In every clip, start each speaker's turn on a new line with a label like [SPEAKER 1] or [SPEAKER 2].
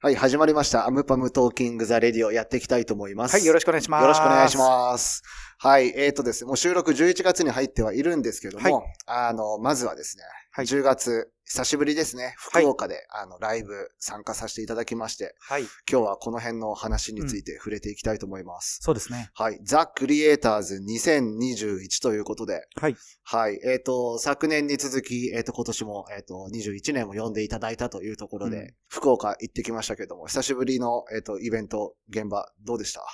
[SPEAKER 1] はい、始まりました。アムパムトーキングザレディオやっていきたいと思います。
[SPEAKER 2] はい、よろしくお願いします。
[SPEAKER 1] よろしくお願いします。はい、えーとですね、もう収録11月に入ってはいるんですけども、あの、まずはですね、
[SPEAKER 2] はい
[SPEAKER 1] 10月、久しぶりですね、
[SPEAKER 2] はい
[SPEAKER 1] 福岡で、あの、ライブ参加させていただきまして、
[SPEAKER 2] はい。
[SPEAKER 1] 今日はこの辺の話について触れていきたいと思います。
[SPEAKER 2] そうですね。
[SPEAKER 1] はい。ザ・クリエイターズ2021ということで。
[SPEAKER 2] はい。
[SPEAKER 1] はい。えっ、と、昨年に続き、えっ、と、今年も、えっ、と、21年も呼んでいただいたというところで、
[SPEAKER 2] うん
[SPEAKER 1] 福岡行ってきましたけども、久しぶりの、えっ、と、イベント、現場、どうでした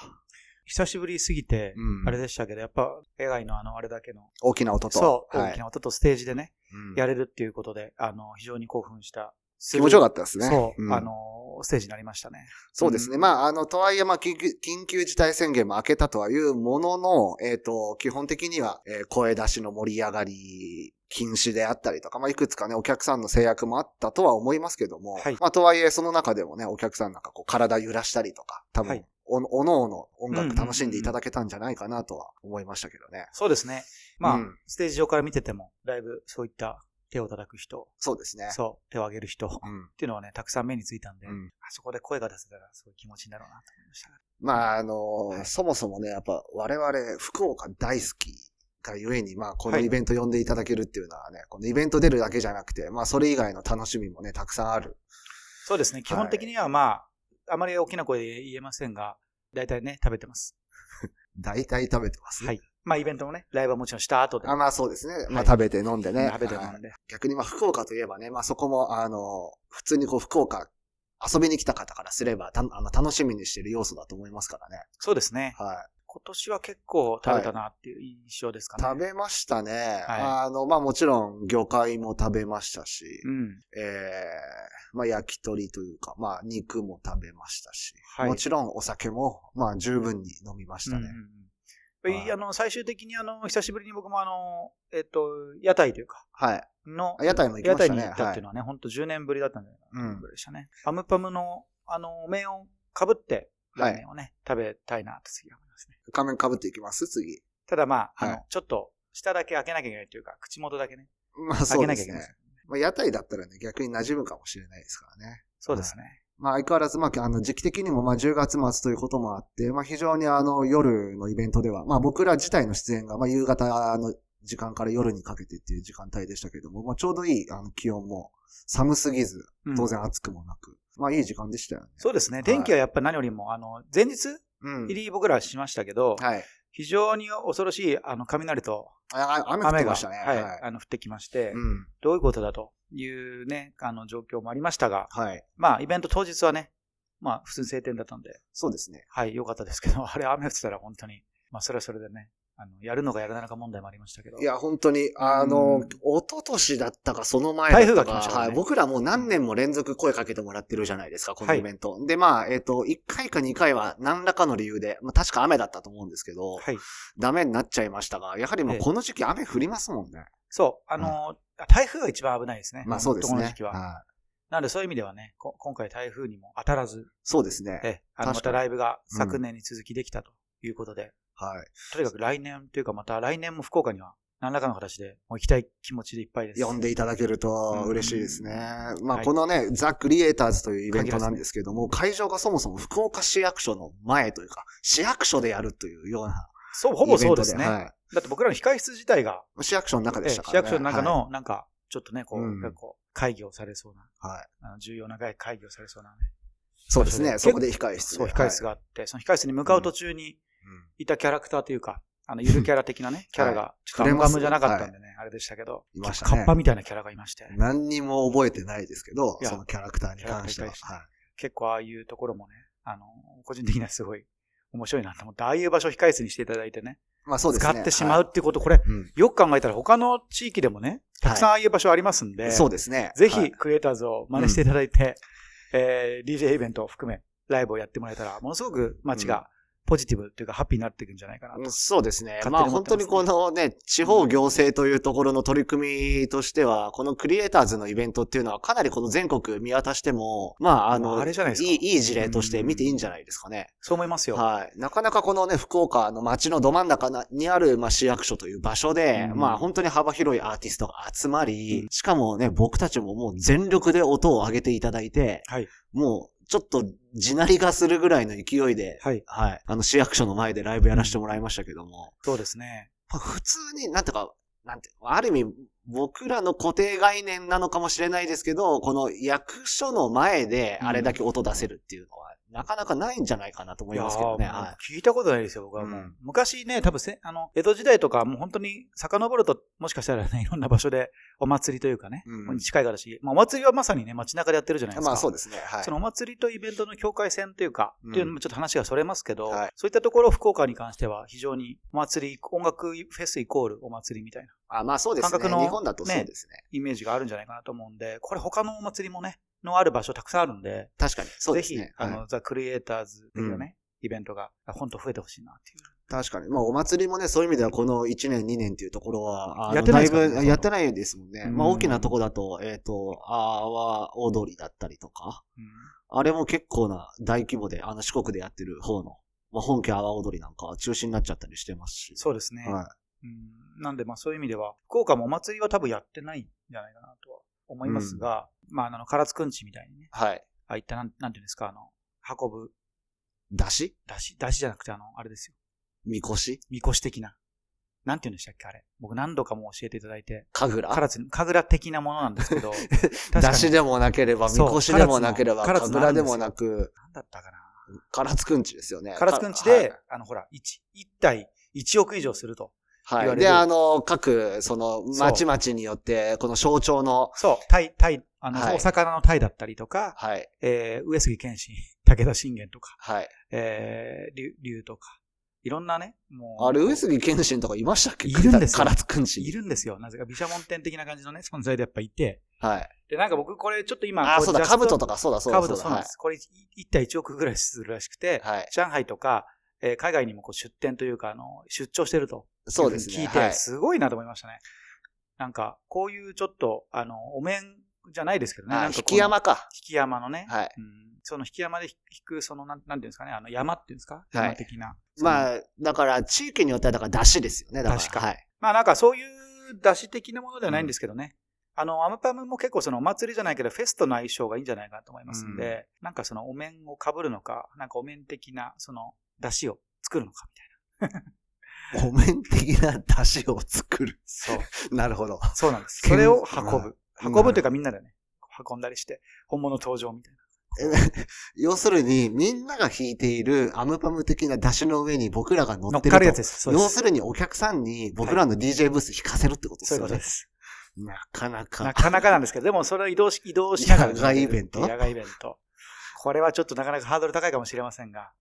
[SPEAKER 2] 久しぶりすぎて、
[SPEAKER 1] うん
[SPEAKER 2] あれでしたけど、やっぱ、映画のあの、あれだけの、
[SPEAKER 1] 大きな音と。
[SPEAKER 2] そう、
[SPEAKER 1] はい
[SPEAKER 2] 大きな音とステージでね、
[SPEAKER 1] うん
[SPEAKER 2] やれるっていうことで、あの、非常に興奮した。
[SPEAKER 1] 気持ちよか
[SPEAKER 2] っ
[SPEAKER 1] ったですね。
[SPEAKER 2] そう、
[SPEAKER 1] ん
[SPEAKER 2] あの、ステージになりましたね。
[SPEAKER 1] そうですね。
[SPEAKER 2] うん
[SPEAKER 1] まあ、あの、とはいえ、まあ、緊急緊急事態宣言も明けたとはいうものの、えっ、と、基本的には、えー声出しの盛り上がり、禁止であったりとか、まあ、いくつかね、お客さんの制約もあったとは思いますけども、
[SPEAKER 2] はい
[SPEAKER 1] まあ、とはいえ、その中でもね、お客さんなんかこう、体揺らしたりとか、多分、
[SPEAKER 2] はい
[SPEAKER 1] お、おのおの音
[SPEAKER 2] うんうん
[SPEAKER 1] 楽
[SPEAKER 2] うんうん
[SPEAKER 1] 楽しんでいただけたんじゃないかなとは思いましたけどね。
[SPEAKER 2] そうですね。まあ、
[SPEAKER 1] うん
[SPEAKER 2] ステージ上から見てても、だいぶそういった手を叩く人、
[SPEAKER 1] そうですね。
[SPEAKER 2] そう、手を挙げる人、っ
[SPEAKER 1] うん。
[SPEAKER 2] ていうのはね、たくさん目についたんで、
[SPEAKER 1] うん
[SPEAKER 2] あそこで声が出せたら、そういう気持ちになろうなと思いました。
[SPEAKER 1] まあ、あのー
[SPEAKER 2] はい
[SPEAKER 1] そもそもね、やっぱ我々、福岡大好きがゆえに、まあ、この
[SPEAKER 2] はい
[SPEAKER 1] イベント呼んでいただけるっていうのはね、このイベント出るだけじゃなくて、まあ、それ以外の楽しみもね、たくさんある。
[SPEAKER 2] そうですね。基本的にはまあ、あまり大きな声で言えませんが、大体ね、食べてます。
[SPEAKER 1] 大体食べてますね。
[SPEAKER 2] はい。まあ、イベントもね、ライブはもちろんした後で。
[SPEAKER 1] あまあそうですね。ま
[SPEAKER 2] は
[SPEAKER 1] あ
[SPEAKER 2] い
[SPEAKER 1] 食べて飲んでね。
[SPEAKER 2] 食べて
[SPEAKER 1] は
[SPEAKER 2] ないんで。
[SPEAKER 1] 逆にまあ福岡といえばね、まあそこもあの、普通にこう福岡遊びに来た方からすれば、たあの楽しみにしてる要素だと思いますからね。
[SPEAKER 2] そうですね。
[SPEAKER 1] はい。
[SPEAKER 2] 今年は結構食べたなっていう印象ですかね。
[SPEAKER 1] 食べましたね。
[SPEAKER 2] はい
[SPEAKER 1] あの、まあもちろん魚介も食べましたし。
[SPEAKER 2] うん。
[SPEAKER 1] えー、まあ焼き鳥というか、まあ肉も食べましたし、
[SPEAKER 2] はい
[SPEAKER 1] もちろんお酒も、まあ十分に飲みましたね。
[SPEAKER 2] うんうんうん
[SPEAKER 1] はい
[SPEAKER 2] いあの、最終的にあの、久しぶりに僕もあの、えっと、屋台というか、
[SPEAKER 1] はい。
[SPEAKER 2] の
[SPEAKER 1] あ、屋台も行き
[SPEAKER 2] 屋
[SPEAKER 1] まし
[SPEAKER 2] 台
[SPEAKER 1] た
[SPEAKER 2] に
[SPEAKER 1] ね。
[SPEAKER 2] 行ったっ
[SPEAKER 1] は
[SPEAKER 2] て
[SPEAKER 1] い
[SPEAKER 2] い
[SPEAKER 1] う
[SPEAKER 2] のはね、ほんと10年ぶりだったんじゃないか
[SPEAKER 1] う
[SPEAKER 2] なんぶりでしたね。パムパムの、あの、麺をかぶって、ラーメンをね、食べたいなって次は思いますね。
[SPEAKER 1] 仮面被っていきます次。
[SPEAKER 2] ただまあ、あ
[SPEAKER 1] は
[SPEAKER 2] の
[SPEAKER 1] い、
[SPEAKER 2] ちょっと、下だけ開けなきゃいけないというか、口元だけね、
[SPEAKER 1] まあ
[SPEAKER 2] 開
[SPEAKER 1] そ
[SPEAKER 2] け
[SPEAKER 1] う
[SPEAKER 2] な
[SPEAKER 1] で
[SPEAKER 2] きゃ
[SPEAKER 1] すね
[SPEAKER 2] いけない。。
[SPEAKER 1] まあ屋台だったらね、逆に馴染むかもしれないですからね。
[SPEAKER 2] そうですね。
[SPEAKER 1] まあ相変わらず、まああの時期的にもまあ10月末ということもあって、まあ非常にあの夜のイベントでは、まあ僕ら自体の出演がまあ夕方の時間から夜にかけてっていう時間帯でしたけども、まあちょうどいいあの気温も寒すぎず、
[SPEAKER 2] うん
[SPEAKER 1] 当然暑くもなく。まあいい時間でしたよね。
[SPEAKER 2] そうですね。天気はやっぱり何よりも、あの、前日
[SPEAKER 1] うん。
[SPEAKER 2] 入り僕らしましたけど、
[SPEAKER 1] はい。
[SPEAKER 2] 非常に恐ろしい、あの、雷と
[SPEAKER 1] あ雨降っ
[SPEAKER 2] 雨
[SPEAKER 1] て
[SPEAKER 2] が、
[SPEAKER 1] ましたね。
[SPEAKER 2] はい、あの、降ってきまして、
[SPEAKER 1] うん。
[SPEAKER 2] どういうことだというね、あの、状況もありましたが、
[SPEAKER 1] はい。
[SPEAKER 2] まあ、イベント当日はね、まあ、普通に晴天だったんで、
[SPEAKER 1] そうですね。
[SPEAKER 2] はい、良かったですけど、あ れ雨降ってたら本当に、まあ、それはそれでね、あの、やるのかやらないのか問題もありましたけど。
[SPEAKER 1] いや、本当に、あの、
[SPEAKER 2] うん
[SPEAKER 1] 一昨年だったか、その前だったか。
[SPEAKER 2] 台風が来ましたからね
[SPEAKER 1] はい。僕らもう何年も連続声かけてもらってるじゃないですか、この
[SPEAKER 2] はい
[SPEAKER 1] イベント。で、まあ、えっ、と、1回か2回は何らかの理由で、まあ確か雨だったと思うんですけど、
[SPEAKER 2] はい。
[SPEAKER 1] ダメになっちゃいましたが、やはりもう
[SPEAKER 2] ええ
[SPEAKER 1] この時期雨降りますもんね。
[SPEAKER 2] そう、あの、台風が一番危ないですね。
[SPEAKER 1] まあそうです
[SPEAKER 2] この
[SPEAKER 1] ね。
[SPEAKER 2] 時期は。
[SPEAKER 1] はい
[SPEAKER 2] なのでそういう意味ではね、こ今回台風にも当たらず、
[SPEAKER 1] そうですね。
[SPEAKER 2] えあのま
[SPEAKER 1] 確か
[SPEAKER 2] た
[SPEAKER 1] に
[SPEAKER 2] ライブが昨年に続きできたということで、
[SPEAKER 1] はい。
[SPEAKER 2] とにかく来年というかまた来年も福岡には何らかの形でもう行きたい気持ちでいっぱいです。
[SPEAKER 1] 読んでいただけると嬉しいですね。まあ、
[SPEAKER 2] はい
[SPEAKER 1] このね、ザ・クリエイターズというイベントなんですけども、会場がそもそも福岡市役所の前というか、市役所でやるというような
[SPEAKER 2] そう、ほ
[SPEAKER 1] イベント
[SPEAKER 2] ぼ
[SPEAKER 1] で。
[SPEAKER 2] そうですね。
[SPEAKER 1] は
[SPEAKER 2] だって僕らの控室自体が、
[SPEAKER 1] い、市役所の中
[SPEAKER 2] え
[SPEAKER 1] でした
[SPEAKER 2] 市
[SPEAKER 1] からね。
[SPEAKER 2] 役所の中
[SPEAKER 1] はい、
[SPEAKER 2] のなんか、ちょっとね、こう、
[SPEAKER 1] うん
[SPEAKER 2] なんかこう会議をされそうな、
[SPEAKER 1] はい
[SPEAKER 2] あの重要な会議をされそうなね、
[SPEAKER 1] そうですね。
[SPEAKER 2] 結構
[SPEAKER 1] そこで控室で。
[SPEAKER 2] そう、控室
[SPEAKER 1] が。
[SPEAKER 2] があって、その控室に向かう途中に
[SPEAKER 1] うん
[SPEAKER 2] いたキャラクターというか、あの、ゆるキャラ的なね、キャラが、ちょっとガムガムじゃなかったんでね、あれでしたけど、
[SPEAKER 1] いましたね
[SPEAKER 2] カッパみたいなキャラがいまして、
[SPEAKER 1] 何にも覚えてないですけど、
[SPEAKER 2] いや
[SPEAKER 1] そのキャラクターに関しては。
[SPEAKER 2] キャ
[SPEAKER 1] はい
[SPEAKER 2] 結構ああいうところもね、あの、個人的にはすごい面白いなと思って、ああいう場所を控室にしていただいてね、
[SPEAKER 1] まあそうです
[SPEAKER 2] 使
[SPEAKER 1] ね。
[SPEAKER 2] ってしま
[SPEAKER 1] は
[SPEAKER 2] うっていうこと、これ、
[SPEAKER 1] いうん
[SPEAKER 2] よく考えたら他の地域でもね、たくさんああいう場所ありますんで、
[SPEAKER 1] そうですね。
[SPEAKER 2] ぜ
[SPEAKER 1] は
[SPEAKER 2] ひ
[SPEAKER 1] い
[SPEAKER 2] クリエイターズを真似していただいて、えー、DJ イベントを含め、ライブをやってもらえたら、ものすごく街がポポジティブというかハッピーになっていくんじゃないかなと。
[SPEAKER 1] そうですね。
[SPEAKER 2] 勝手に
[SPEAKER 1] まあ
[SPEAKER 2] 思っ
[SPEAKER 1] 本
[SPEAKER 2] て
[SPEAKER 1] 当
[SPEAKER 2] ますね
[SPEAKER 1] にこのね、地方行政というところの取り組みとしては、このクリエイターズのイベントっていうのはかなりこの全国見渡しても、まああの、
[SPEAKER 2] あれじゃないですか
[SPEAKER 1] いい、いい事例として見ていいんじゃないですかね。
[SPEAKER 2] そう思いますよ。
[SPEAKER 1] はい。なかなかこのね、福岡の街のど真ん中なにある、まあ、市役所という場所で、
[SPEAKER 2] うん
[SPEAKER 1] まあ、本当に幅広いアーティストが集まり、
[SPEAKER 2] うん
[SPEAKER 1] しかもね、僕たちももう全力で音を上げていただいて、
[SPEAKER 2] はい
[SPEAKER 1] もう、ちょっと、地鳴りがするぐらいの勢いで、
[SPEAKER 2] はい。
[SPEAKER 1] はい。あの、市役所の前でライブやらせてもらいましたけども、
[SPEAKER 2] そうですね。
[SPEAKER 1] まあ普通に、なんていうか、なんて、ある意味、僕らの固定概念なのかもしれないですけど、この役所の前であれだけ音出せるっていうのは、なかなかないんじゃないかなと思いますけどね。
[SPEAKER 2] いやーもう
[SPEAKER 1] はい。
[SPEAKER 2] 聞いたことないですよ、僕はもう。
[SPEAKER 1] うん
[SPEAKER 2] 昔ね、多分せ、あの、江戸時代とか、もう本当に遡ると、もしかしたらね、いろんな場所でお祭りというかね、
[SPEAKER 1] うん
[SPEAKER 2] 近いからし、まあお祭りはまさにね、街中でやってるじゃないですか。
[SPEAKER 1] まあそうですね。はい
[SPEAKER 2] そ。のお祭りとイベントの境界線というか、
[SPEAKER 1] うん
[SPEAKER 2] っていうのもちょっと話がそれますけど、
[SPEAKER 1] はい
[SPEAKER 2] そういったところ、福岡に関しては非常にお祭り、音楽フェスイコールお祭りみたいな
[SPEAKER 1] あまあそうですね。
[SPEAKER 2] 感覚の
[SPEAKER 1] 日本だとそうですね。
[SPEAKER 2] イメージがあるんじゃないかなと思うんで、これ他のお祭りもね、のある場所たくさんあるんで、
[SPEAKER 1] 確かに。そう
[SPEAKER 2] ぜ
[SPEAKER 1] です
[SPEAKER 2] ひ、
[SPEAKER 1] ね。
[SPEAKER 2] あ
[SPEAKER 1] はい
[SPEAKER 2] の、ザ・クリエイターズ的なね、イベントが、本当増えてほしいなっていう。
[SPEAKER 1] 確かに。まあお祭りもね、そういう意味ではこの1年2年っていうところは、あの
[SPEAKER 2] やってないですからね
[SPEAKER 1] だいぶやってないですもんね。
[SPEAKER 2] うん
[SPEAKER 1] まあ大きなとこだと、えっ、と、あわ踊りだったりとか、
[SPEAKER 2] うん
[SPEAKER 1] あれも結構な大規模で、あの四国でやってる方の、まあ本家阿波踊りなんかは中止になっちゃったりしてますし。
[SPEAKER 2] そうですね。
[SPEAKER 1] はい。
[SPEAKER 2] うん、なんで、まあそういう意味では、福岡もお祭りは多分やってないんじゃないかなとは思いますが、まああの、唐津くんちみたいにね、
[SPEAKER 1] はい。
[SPEAKER 2] ああいったなん、なんていうんですか、あの、運ぶ、
[SPEAKER 1] だし
[SPEAKER 2] 出し、出しじゃなくて、あの、あれですよ、
[SPEAKER 1] みこし
[SPEAKER 2] みこし的な。なんて言うんでしたっけ、あれ。僕何度かも教えていただいて、
[SPEAKER 1] かぐら
[SPEAKER 2] 唐津に、神楽的なものなんです けど、
[SPEAKER 1] だし
[SPEAKER 2] に
[SPEAKER 1] でもなければ、み
[SPEAKER 2] そう
[SPEAKER 1] こしでもなければ、
[SPEAKER 2] 唐津
[SPEAKER 1] かぐ
[SPEAKER 2] の
[SPEAKER 1] らでもなく、
[SPEAKER 2] なんだったかな。
[SPEAKER 1] 唐津くんちですよね。
[SPEAKER 2] 唐津くんち
[SPEAKER 1] はい
[SPEAKER 2] で、あの、ほら、一一体1億以上すると。
[SPEAKER 1] は
[SPEAKER 2] 言わ
[SPEAKER 1] い。
[SPEAKER 2] れる
[SPEAKER 1] で、あの、各、その、
[SPEAKER 2] そう
[SPEAKER 1] 町々によって、この象徴の、
[SPEAKER 2] そう、タイ、タイ、あの、
[SPEAKER 1] はい
[SPEAKER 2] お魚のタイだったりとか、
[SPEAKER 1] はい、
[SPEAKER 2] えー、上杉謙信、武田信玄とか、
[SPEAKER 1] はい。
[SPEAKER 2] えー、竜、竜とか、いろんなね、もう。
[SPEAKER 1] あれ、上杉謙信とかいましたっけ
[SPEAKER 2] いるんですよ
[SPEAKER 1] 唐津くん
[SPEAKER 2] い
[SPEAKER 1] ち。
[SPEAKER 2] るんですよ。なぜか、毘沙門天的な感じのね、存在でやっぱいて。
[SPEAKER 1] はい。
[SPEAKER 2] で、なんか僕、これちょっと今、
[SPEAKER 1] あ、そうだ、兜と
[SPEAKER 2] か、
[SPEAKER 1] か、そうだ、そうだ。
[SPEAKER 2] 兜、そうなんです。これ1対1億ぐらいするらしくて、
[SPEAKER 1] はい。はい。
[SPEAKER 2] 上海とか、えー海外にもこう出店というか、あの、出張してると。
[SPEAKER 1] そうですね。
[SPEAKER 2] 聞い
[SPEAKER 1] は
[SPEAKER 2] て、
[SPEAKER 1] い
[SPEAKER 2] すごいなと思いましたね。なんか、こういうちょっと、あの、お面じゃないですけどね。な
[SPEAKER 1] あ
[SPEAKER 2] んか
[SPEAKER 1] 引
[SPEAKER 2] こ
[SPEAKER 1] き
[SPEAKER 2] の。
[SPEAKER 1] 山か。
[SPEAKER 2] 引き山のね。
[SPEAKER 1] はい
[SPEAKER 2] うんその引き山で引く、その、なんなんていうんですかね、あの、山っていうんですか
[SPEAKER 1] い
[SPEAKER 2] 山的な。あ。
[SPEAKER 1] まあ、だから、地域によっては、だから、出汁ですよね、だから。
[SPEAKER 2] 確か
[SPEAKER 1] はい。
[SPEAKER 2] まあなんかそういう出汁的なものではないんですけどね。あの、アムパムも結構そのお祭りじゃないけど、フェスとの相性がいいんじゃないかなと思いますんで、なんかそのお面を被るのか、なんかお面的な、その、出汁を作るのかみたいな。
[SPEAKER 1] お面的な出汁を作る。
[SPEAKER 2] そう。
[SPEAKER 1] なるほど。
[SPEAKER 2] そうなんです。
[SPEAKER 1] 剣
[SPEAKER 2] それを運
[SPEAKER 1] う
[SPEAKER 2] ぶ。
[SPEAKER 1] ん
[SPEAKER 2] 運ぶというかみんなでね、運んだりして、本物登場みたいな。
[SPEAKER 1] 要するに、みんなが引いているアムパム的な出汁の上に僕らが乗
[SPEAKER 2] 乗
[SPEAKER 1] っ
[SPEAKER 2] って
[SPEAKER 1] ると。
[SPEAKER 2] かるやつです。そうで
[SPEAKER 1] 要
[SPEAKER 2] す。
[SPEAKER 1] するにお客さんに僕らの DJ ブース引かせるってことです
[SPEAKER 2] そういうこ
[SPEAKER 1] よ
[SPEAKER 2] と
[SPEAKER 1] ね
[SPEAKER 2] で。す。
[SPEAKER 1] なかなか。
[SPEAKER 2] なかなかなんですけど、でもそれを移動し、移動しながら。
[SPEAKER 1] 野外イベント
[SPEAKER 2] 野外イベント。これはちょっとなかなかハードル高いかもしれませんが、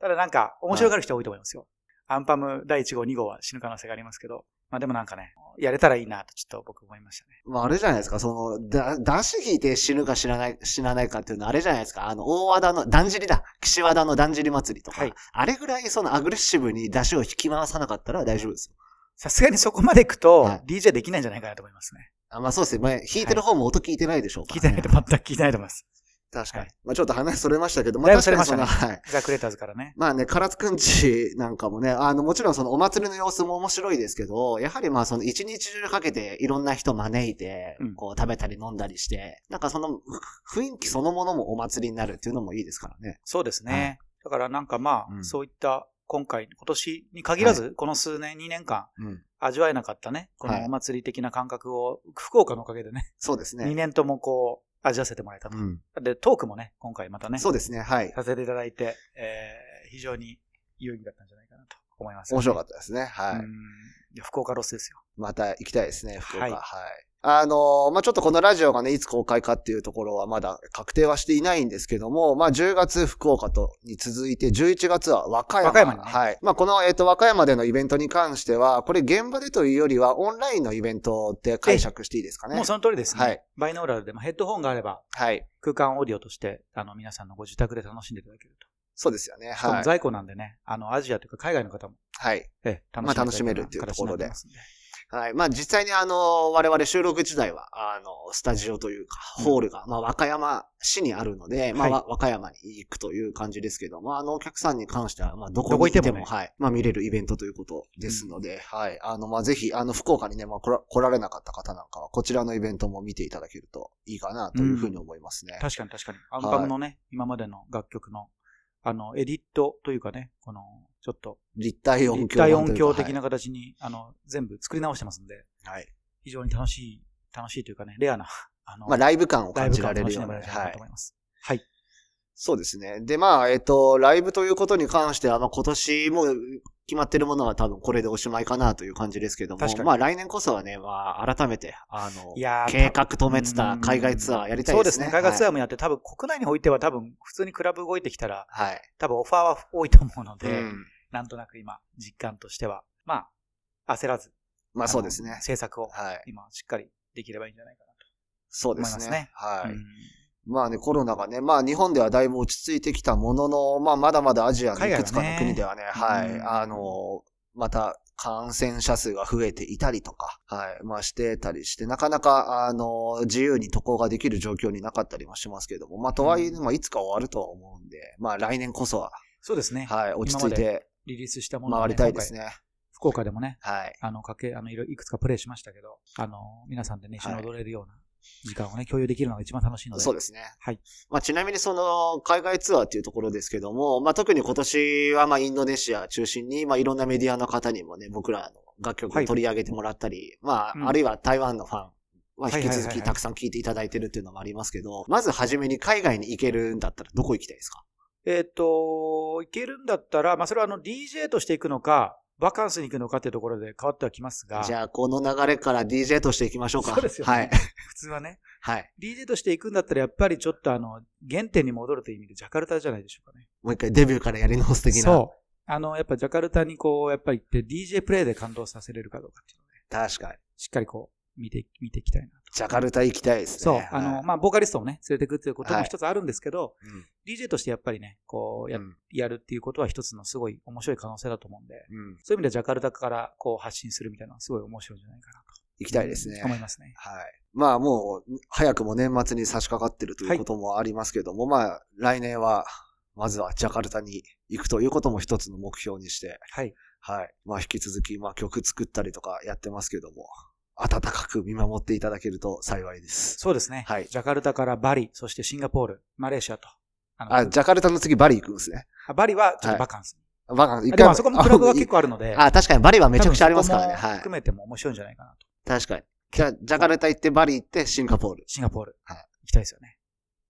[SPEAKER 2] ただなんか面白がる人多いと思いますよ。アンパム第1号、2号は死ぬ可能性がありますけど、まあでもなんかね、やれたらいいなとちょっと僕思いましたね。
[SPEAKER 1] まあ、あれじゃないですか、その、だ、男子引いて死ぬか死なない、死なないかっていうのは、あれじゃないですか、あの、大和田の、だんじりだ、岸和田のだんじり祭りとか、
[SPEAKER 2] はい
[SPEAKER 1] あれぐらい、その、アグレッシブに出汁を引き回さなかったら大丈夫ですよ。
[SPEAKER 2] さすがにそこまで行くと
[SPEAKER 1] は、
[SPEAKER 2] DJ できないんじゃないかなと思いますね。
[SPEAKER 1] あまあ、そうですね、まあ、引いてる方も音聞いてないでしょうか
[SPEAKER 2] 聞い
[SPEAKER 1] ら
[SPEAKER 2] て
[SPEAKER 1] ね、
[SPEAKER 2] ないと全く聞いてないと思います。
[SPEAKER 1] 確かに。
[SPEAKER 2] はい
[SPEAKER 1] まあ、ちょっと話それましたけど、ま
[SPEAKER 2] だ
[SPEAKER 1] あ、
[SPEAKER 2] いぶそ
[SPEAKER 1] 確
[SPEAKER 2] れ
[SPEAKER 1] か
[SPEAKER 2] ま
[SPEAKER 1] に
[SPEAKER 2] した
[SPEAKER 1] そ
[SPEAKER 2] ね
[SPEAKER 1] の、はい。
[SPEAKER 2] ザ・クレーターズからね。
[SPEAKER 1] まあね、唐津くんちなんかもね、あの、もちろんそのお祭りの様子も面白いですけど、やはりまあその一日中かけていろんな人招いて
[SPEAKER 2] うん、
[SPEAKER 1] こう食べたり飲んだりして、なんかそのふ雰囲気そのものもお祭りになるっていうのもいいですからね。
[SPEAKER 2] そうですね。だからなんかまあ、
[SPEAKER 1] うん
[SPEAKER 2] そういった今回、今年に限らず、この数年、2年間、
[SPEAKER 1] うん。
[SPEAKER 2] 味わえなかったね、こ
[SPEAKER 1] はい
[SPEAKER 2] のお祭り的な感覚を、福岡のおかげでね、
[SPEAKER 1] そうです
[SPEAKER 2] 2
[SPEAKER 1] ね。
[SPEAKER 2] 年ともこう、味わわせてもらえたと。
[SPEAKER 1] うん。
[SPEAKER 2] で、トークもね、今回またね、
[SPEAKER 1] そうですね、はい。
[SPEAKER 2] させていただいて、えー非常に有意義だったんじゃないかなと思います、
[SPEAKER 1] 面白か
[SPEAKER 2] っ
[SPEAKER 1] ったですね、はい。
[SPEAKER 2] うんいや福岡ロスですよ。
[SPEAKER 1] また行きたいですね、福岡。
[SPEAKER 2] は
[SPEAKER 1] はいい。あのーまあ、ちょっとこのラジオがね、いつ公開かっていうところはまだ確定はしていないんですけども、まあ、10月福岡と、に続いて、11月は和歌山。
[SPEAKER 2] 和歌山にね
[SPEAKER 1] はい。まあ、この、えっ、と、和歌山でのイベントに関しては、これ現場でというよりは、オンラインのイベントって解釈していいですかね
[SPEAKER 2] もう。その通りですね。
[SPEAKER 1] はい
[SPEAKER 2] バイノーラルで、まあ、ヘッドホンがあれば、
[SPEAKER 1] はい。
[SPEAKER 2] 空間オーディオとして、あの、皆さんのご自宅で楽しんでいただけると。
[SPEAKER 1] そうですよね。
[SPEAKER 2] しか
[SPEAKER 1] は
[SPEAKER 2] も
[SPEAKER 1] い。
[SPEAKER 2] 在庫なんでね、あの、アジアというか海外の方も、
[SPEAKER 1] はい。
[SPEAKER 2] ええ、
[SPEAKER 1] まあ楽しめる
[SPEAKER 2] いただけ
[SPEAKER 1] っていうところで
[SPEAKER 2] 形になってますん
[SPEAKER 1] はい。まあ実際にあの、我々収録時代は、あの、スタジオというか、
[SPEAKER 2] うん
[SPEAKER 1] ホールが、まあ和歌山市にあるので、まあ、
[SPEAKER 2] はい
[SPEAKER 1] わ和歌山に行くという感じですけども、あのお客さんに関しては、まあどこ
[SPEAKER 2] どこ
[SPEAKER 1] に
[SPEAKER 2] 行
[SPEAKER 1] い
[SPEAKER 2] って
[SPEAKER 1] て
[SPEAKER 2] も
[SPEAKER 1] も、
[SPEAKER 2] ね
[SPEAKER 1] はい。まあ見れるイベントということですので、はい。あの、まあぜひ、あの、福岡にね、まあ来ら来られなかった方なんかは、こちらのイベントも見ていただけるといいかなというふうに思いますね。
[SPEAKER 2] 確かに確かに。アンパムのね、今までの楽曲の、あの、エディットというかね、この、ちょっと、
[SPEAKER 1] 立体音響
[SPEAKER 2] 立体音響
[SPEAKER 1] 版と
[SPEAKER 2] 的
[SPEAKER 1] いうか。
[SPEAKER 2] な形に、あの、全部作り直してますんで、
[SPEAKER 1] はい。はい
[SPEAKER 2] 非常に楽しい、楽しいというかね、レアな、 あの、
[SPEAKER 1] まあライブ感を
[SPEAKER 2] ラ
[SPEAKER 1] 感
[SPEAKER 2] イブ
[SPEAKER 1] じら
[SPEAKER 2] 感を
[SPEAKER 1] れ
[SPEAKER 2] 楽
[SPEAKER 1] る
[SPEAKER 2] し
[SPEAKER 1] よ
[SPEAKER 2] ん
[SPEAKER 1] うな
[SPEAKER 2] でもらえ
[SPEAKER 1] ね。
[SPEAKER 2] るか
[SPEAKER 1] は
[SPEAKER 2] ないと。思います。はい。
[SPEAKER 1] そうですね。で、まあ、えっと、ライブということに関しては、まあ今年もう決まってるものは多分これでおしまいかなという感じですけども
[SPEAKER 2] 確か、に
[SPEAKER 1] まあ来年こそはね、まあ改めて、あの
[SPEAKER 2] い、やー
[SPEAKER 1] 計画止めてた海外ツアーやりたいですね。
[SPEAKER 2] そうですね。海外ツ
[SPEAKER 1] ア
[SPEAKER 2] ア
[SPEAKER 1] ー。
[SPEAKER 2] ーもやって、多分国内においては多分普通にクラブ動いてきたら、
[SPEAKER 1] はい。
[SPEAKER 2] 多分オファーは多いと思うので、
[SPEAKER 1] うん
[SPEAKER 2] なんとなく今、実感としては、まあ、焦らず、
[SPEAKER 1] まあ
[SPEAKER 2] の
[SPEAKER 1] そうですね。
[SPEAKER 2] 制作を
[SPEAKER 1] はい。
[SPEAKER 2] 今しっかりできればいいんじゃないか
[SPEAKER 1] そうで
[SPEAKER 2] 思いますす
[SPEAKER 1] ね
[SPEAKER 2] ね。な。
[SPEAKER 1] は
[SPEAKER 2] う
[SPEAKER 1] い。
[SPEAKER 2] ん
[SPEAKER 1] まあね、コロナがね、まあ日本ではだいぶ落ち着いてきたものの、まあまだまだアジアのいくつかの国ではね、
[SPEAKER 2] 外は
[SPEAKER 1] は
[SPEAKER 2] ね
[SPEAKER 1] い、
[SPEAKER 2] うん
[SPEAKER 1] あの、また感染者数が増えていたりとか、はい、まあしてたりして、なかなか、あの、自由に渡航ができる状況になかったりもしますけども、まあとはいえね、
[SPEAKER 2] うん
[SPEAKER 1] まあいつか終わるとは思うんで、まあ来年こそは、
[SPEAKER 2] そうですね。
[SPEAKER 1] はい、落ち着いて
[SPEAKER 2] リリースしたものを
[SPEAKER 1] 回
[SPEAKER 2] ね
[SPEAKER 1] りたいです。ね。
[SPEAKER 2] 今回福岡でもね、
[SPEAKER 1] はい。
[SPEAKER 2] あの、かけ、あの、いろいろいくつかプレイしましたけど、あの、皆さんでね、一緒に踊れるような時間をね、共有できるのが一番楽しいので。
[SPEAKER 1] そうですね。
[SPEAKER 2] はい。
[SPEAKER 1] まあ、ちなみにその、海外ツアーっていうところですけども、まあ、特に今年はまあ、インドネシア中心に、まあ、いろんなメディアの方にもね、僕らの楽曲を取り上げてもらったり、ま
[SPEAKER 2] うん
[SPEAKER 1] あ、あるいは台湾のファンは引き
[SPEAKER 2] はいはい
[SPEAKER 1] 続
[SPEAKER 2] はいは
[SPEAKER 1] き
[SPEAKER 2] い
[SPEAKER 1] たくさん聴いていただいてるっていうのもありますけど、まずはじめに海外に行けるんだったらどこ行きたいですか
[SPEAKER 2] えっ、と、行けるんだったら、まあ、それはあの、DJ として行くのか、バカンスに行くのかっていうところで変わってはきますが、
[SPEAKER 1] じゃあ、この流れから DJ としていきましょうか。
[SPEAKER 2] そうですよね。
[SPEAKER 1] はい。
[SPEAKER 2] 普通はね。
[SPEAKER 1] はい。
[SPEAKER 2] DJ として行くんだったら、やっぱりちょっとあの、原点に戻るという意味で、ジャカルタじゃないでしょうかね。
[SPEAKER 1] もう一回デビューからやり直す的な。
[SPEAKER 2] そう。あの、やっぱジャカルタにこう、やっぱり行って、DJ プレイで感動させれるかどうかっていうのをね、
[SPEAKER 1] 確かに。
[SPEAKER 2] しっかりこう、見て、見ていきたいなと。
[SPEAKER 1] ジャカルタ行きたいですね。
[SPEAKER 2] そう
[SPEAKER 1] はい。
[SPEAKER 2] あの、、まあ、ボーカリストをね、連れてくっていうことも
[SPEAKER 1] はい
[SPEAKER 2] 一つあるんですけど、
[SPEAKER 1] うん。
[SPEAKER 2] DJ としてやっぱりね、こうや、
[SPEAKER 1] うん
[SPEAKER 2] やるっていうことは一つのすごい面白い可能性だと思うんで、
[SPEAKER 1] うん。
[SPEAKER 2] そういう意味ではジャカルタからこう発信するみたいなのはすごい面白いんじゃないかなと。
[SPEAKER 1] 行きたいですね。
[SPEAKER 2] 思いますね。
[SPEAKER 1] はい。まあもう、早くも年末に差し掛かってるということもありますけども、まあ、来年は、まずはジャカルタに行くということも一つの目標にして、
[SPEAKER 2] はい。
[SPEAKER 1] はい。まあ引き続き、まあ曲作ったりとかやってますけども、温かく見守っていただけると幸いです。
[SPEAKER 2] そうですね。
[SPEAKER 1] はい
[SPEAKER 2] ジャカルタからバリ、そしてシンガポール、マレーシアと。あの
[SPEAKER 1] あ、ジャカルタの次バリ行くんですね。
[SPEAKER 2] あバリはちょっとバカンス。
[SPEAKER 1] バカ、
[SPEAKER 2] あでもあそこもクラブが結
[SPEAKER 1] 構。
[SPEAKER 2] 構あるので、
[SPEAKER 1] あ、確かにバリはめちゃくちゃありますからね。
[SPEAKER 2] 多分そこも
[SPEAKER 1] はい。
[SPEAKER 2] 含めても面白いんじゃないかなと。
[SPEAKER 1] 確かに。じゃあ、ジャカルタ行ってバリ行ってシンガポール。
[SPEAKER 2] シンガポール。
[SPEAKER 1] はい
[SPEAKER 2] 行きたいですよね。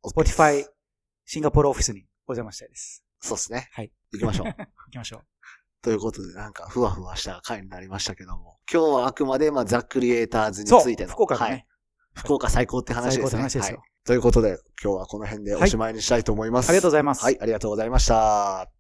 [SPEAKER 2] Spotify、シンガポールオフィスにお邪魔したいです。
[SPEAKER 1] そうですね。
[SPEAKER 2] はい。
[SPEAKER 1] 行きましょう。
[SPEAKER 2] 行きましょう。
[SPEAKER 1] ということで、なんか、ふわふわした回になりましたけども、今日はあくまで、まあ、ザ・クリエイター ズにつ
[SPEAKER 2] そう、
[SPEAKER 1] いての。
[SPEAKER 2] 福岡のね、
[SPEAKER 1] はい。福岡最高って話です
[SPEAKER 2] 最
[SPEAKER 1] ね。
[SPEAKER 2] 高って話ですよ
[SPEAKER 1] はい。ということで、今日はこの辺でおしまいにしたいと思います。
[SPEAKER 2] ありがとうございます。
[SPEAKER 1] はい、ありがとうございました。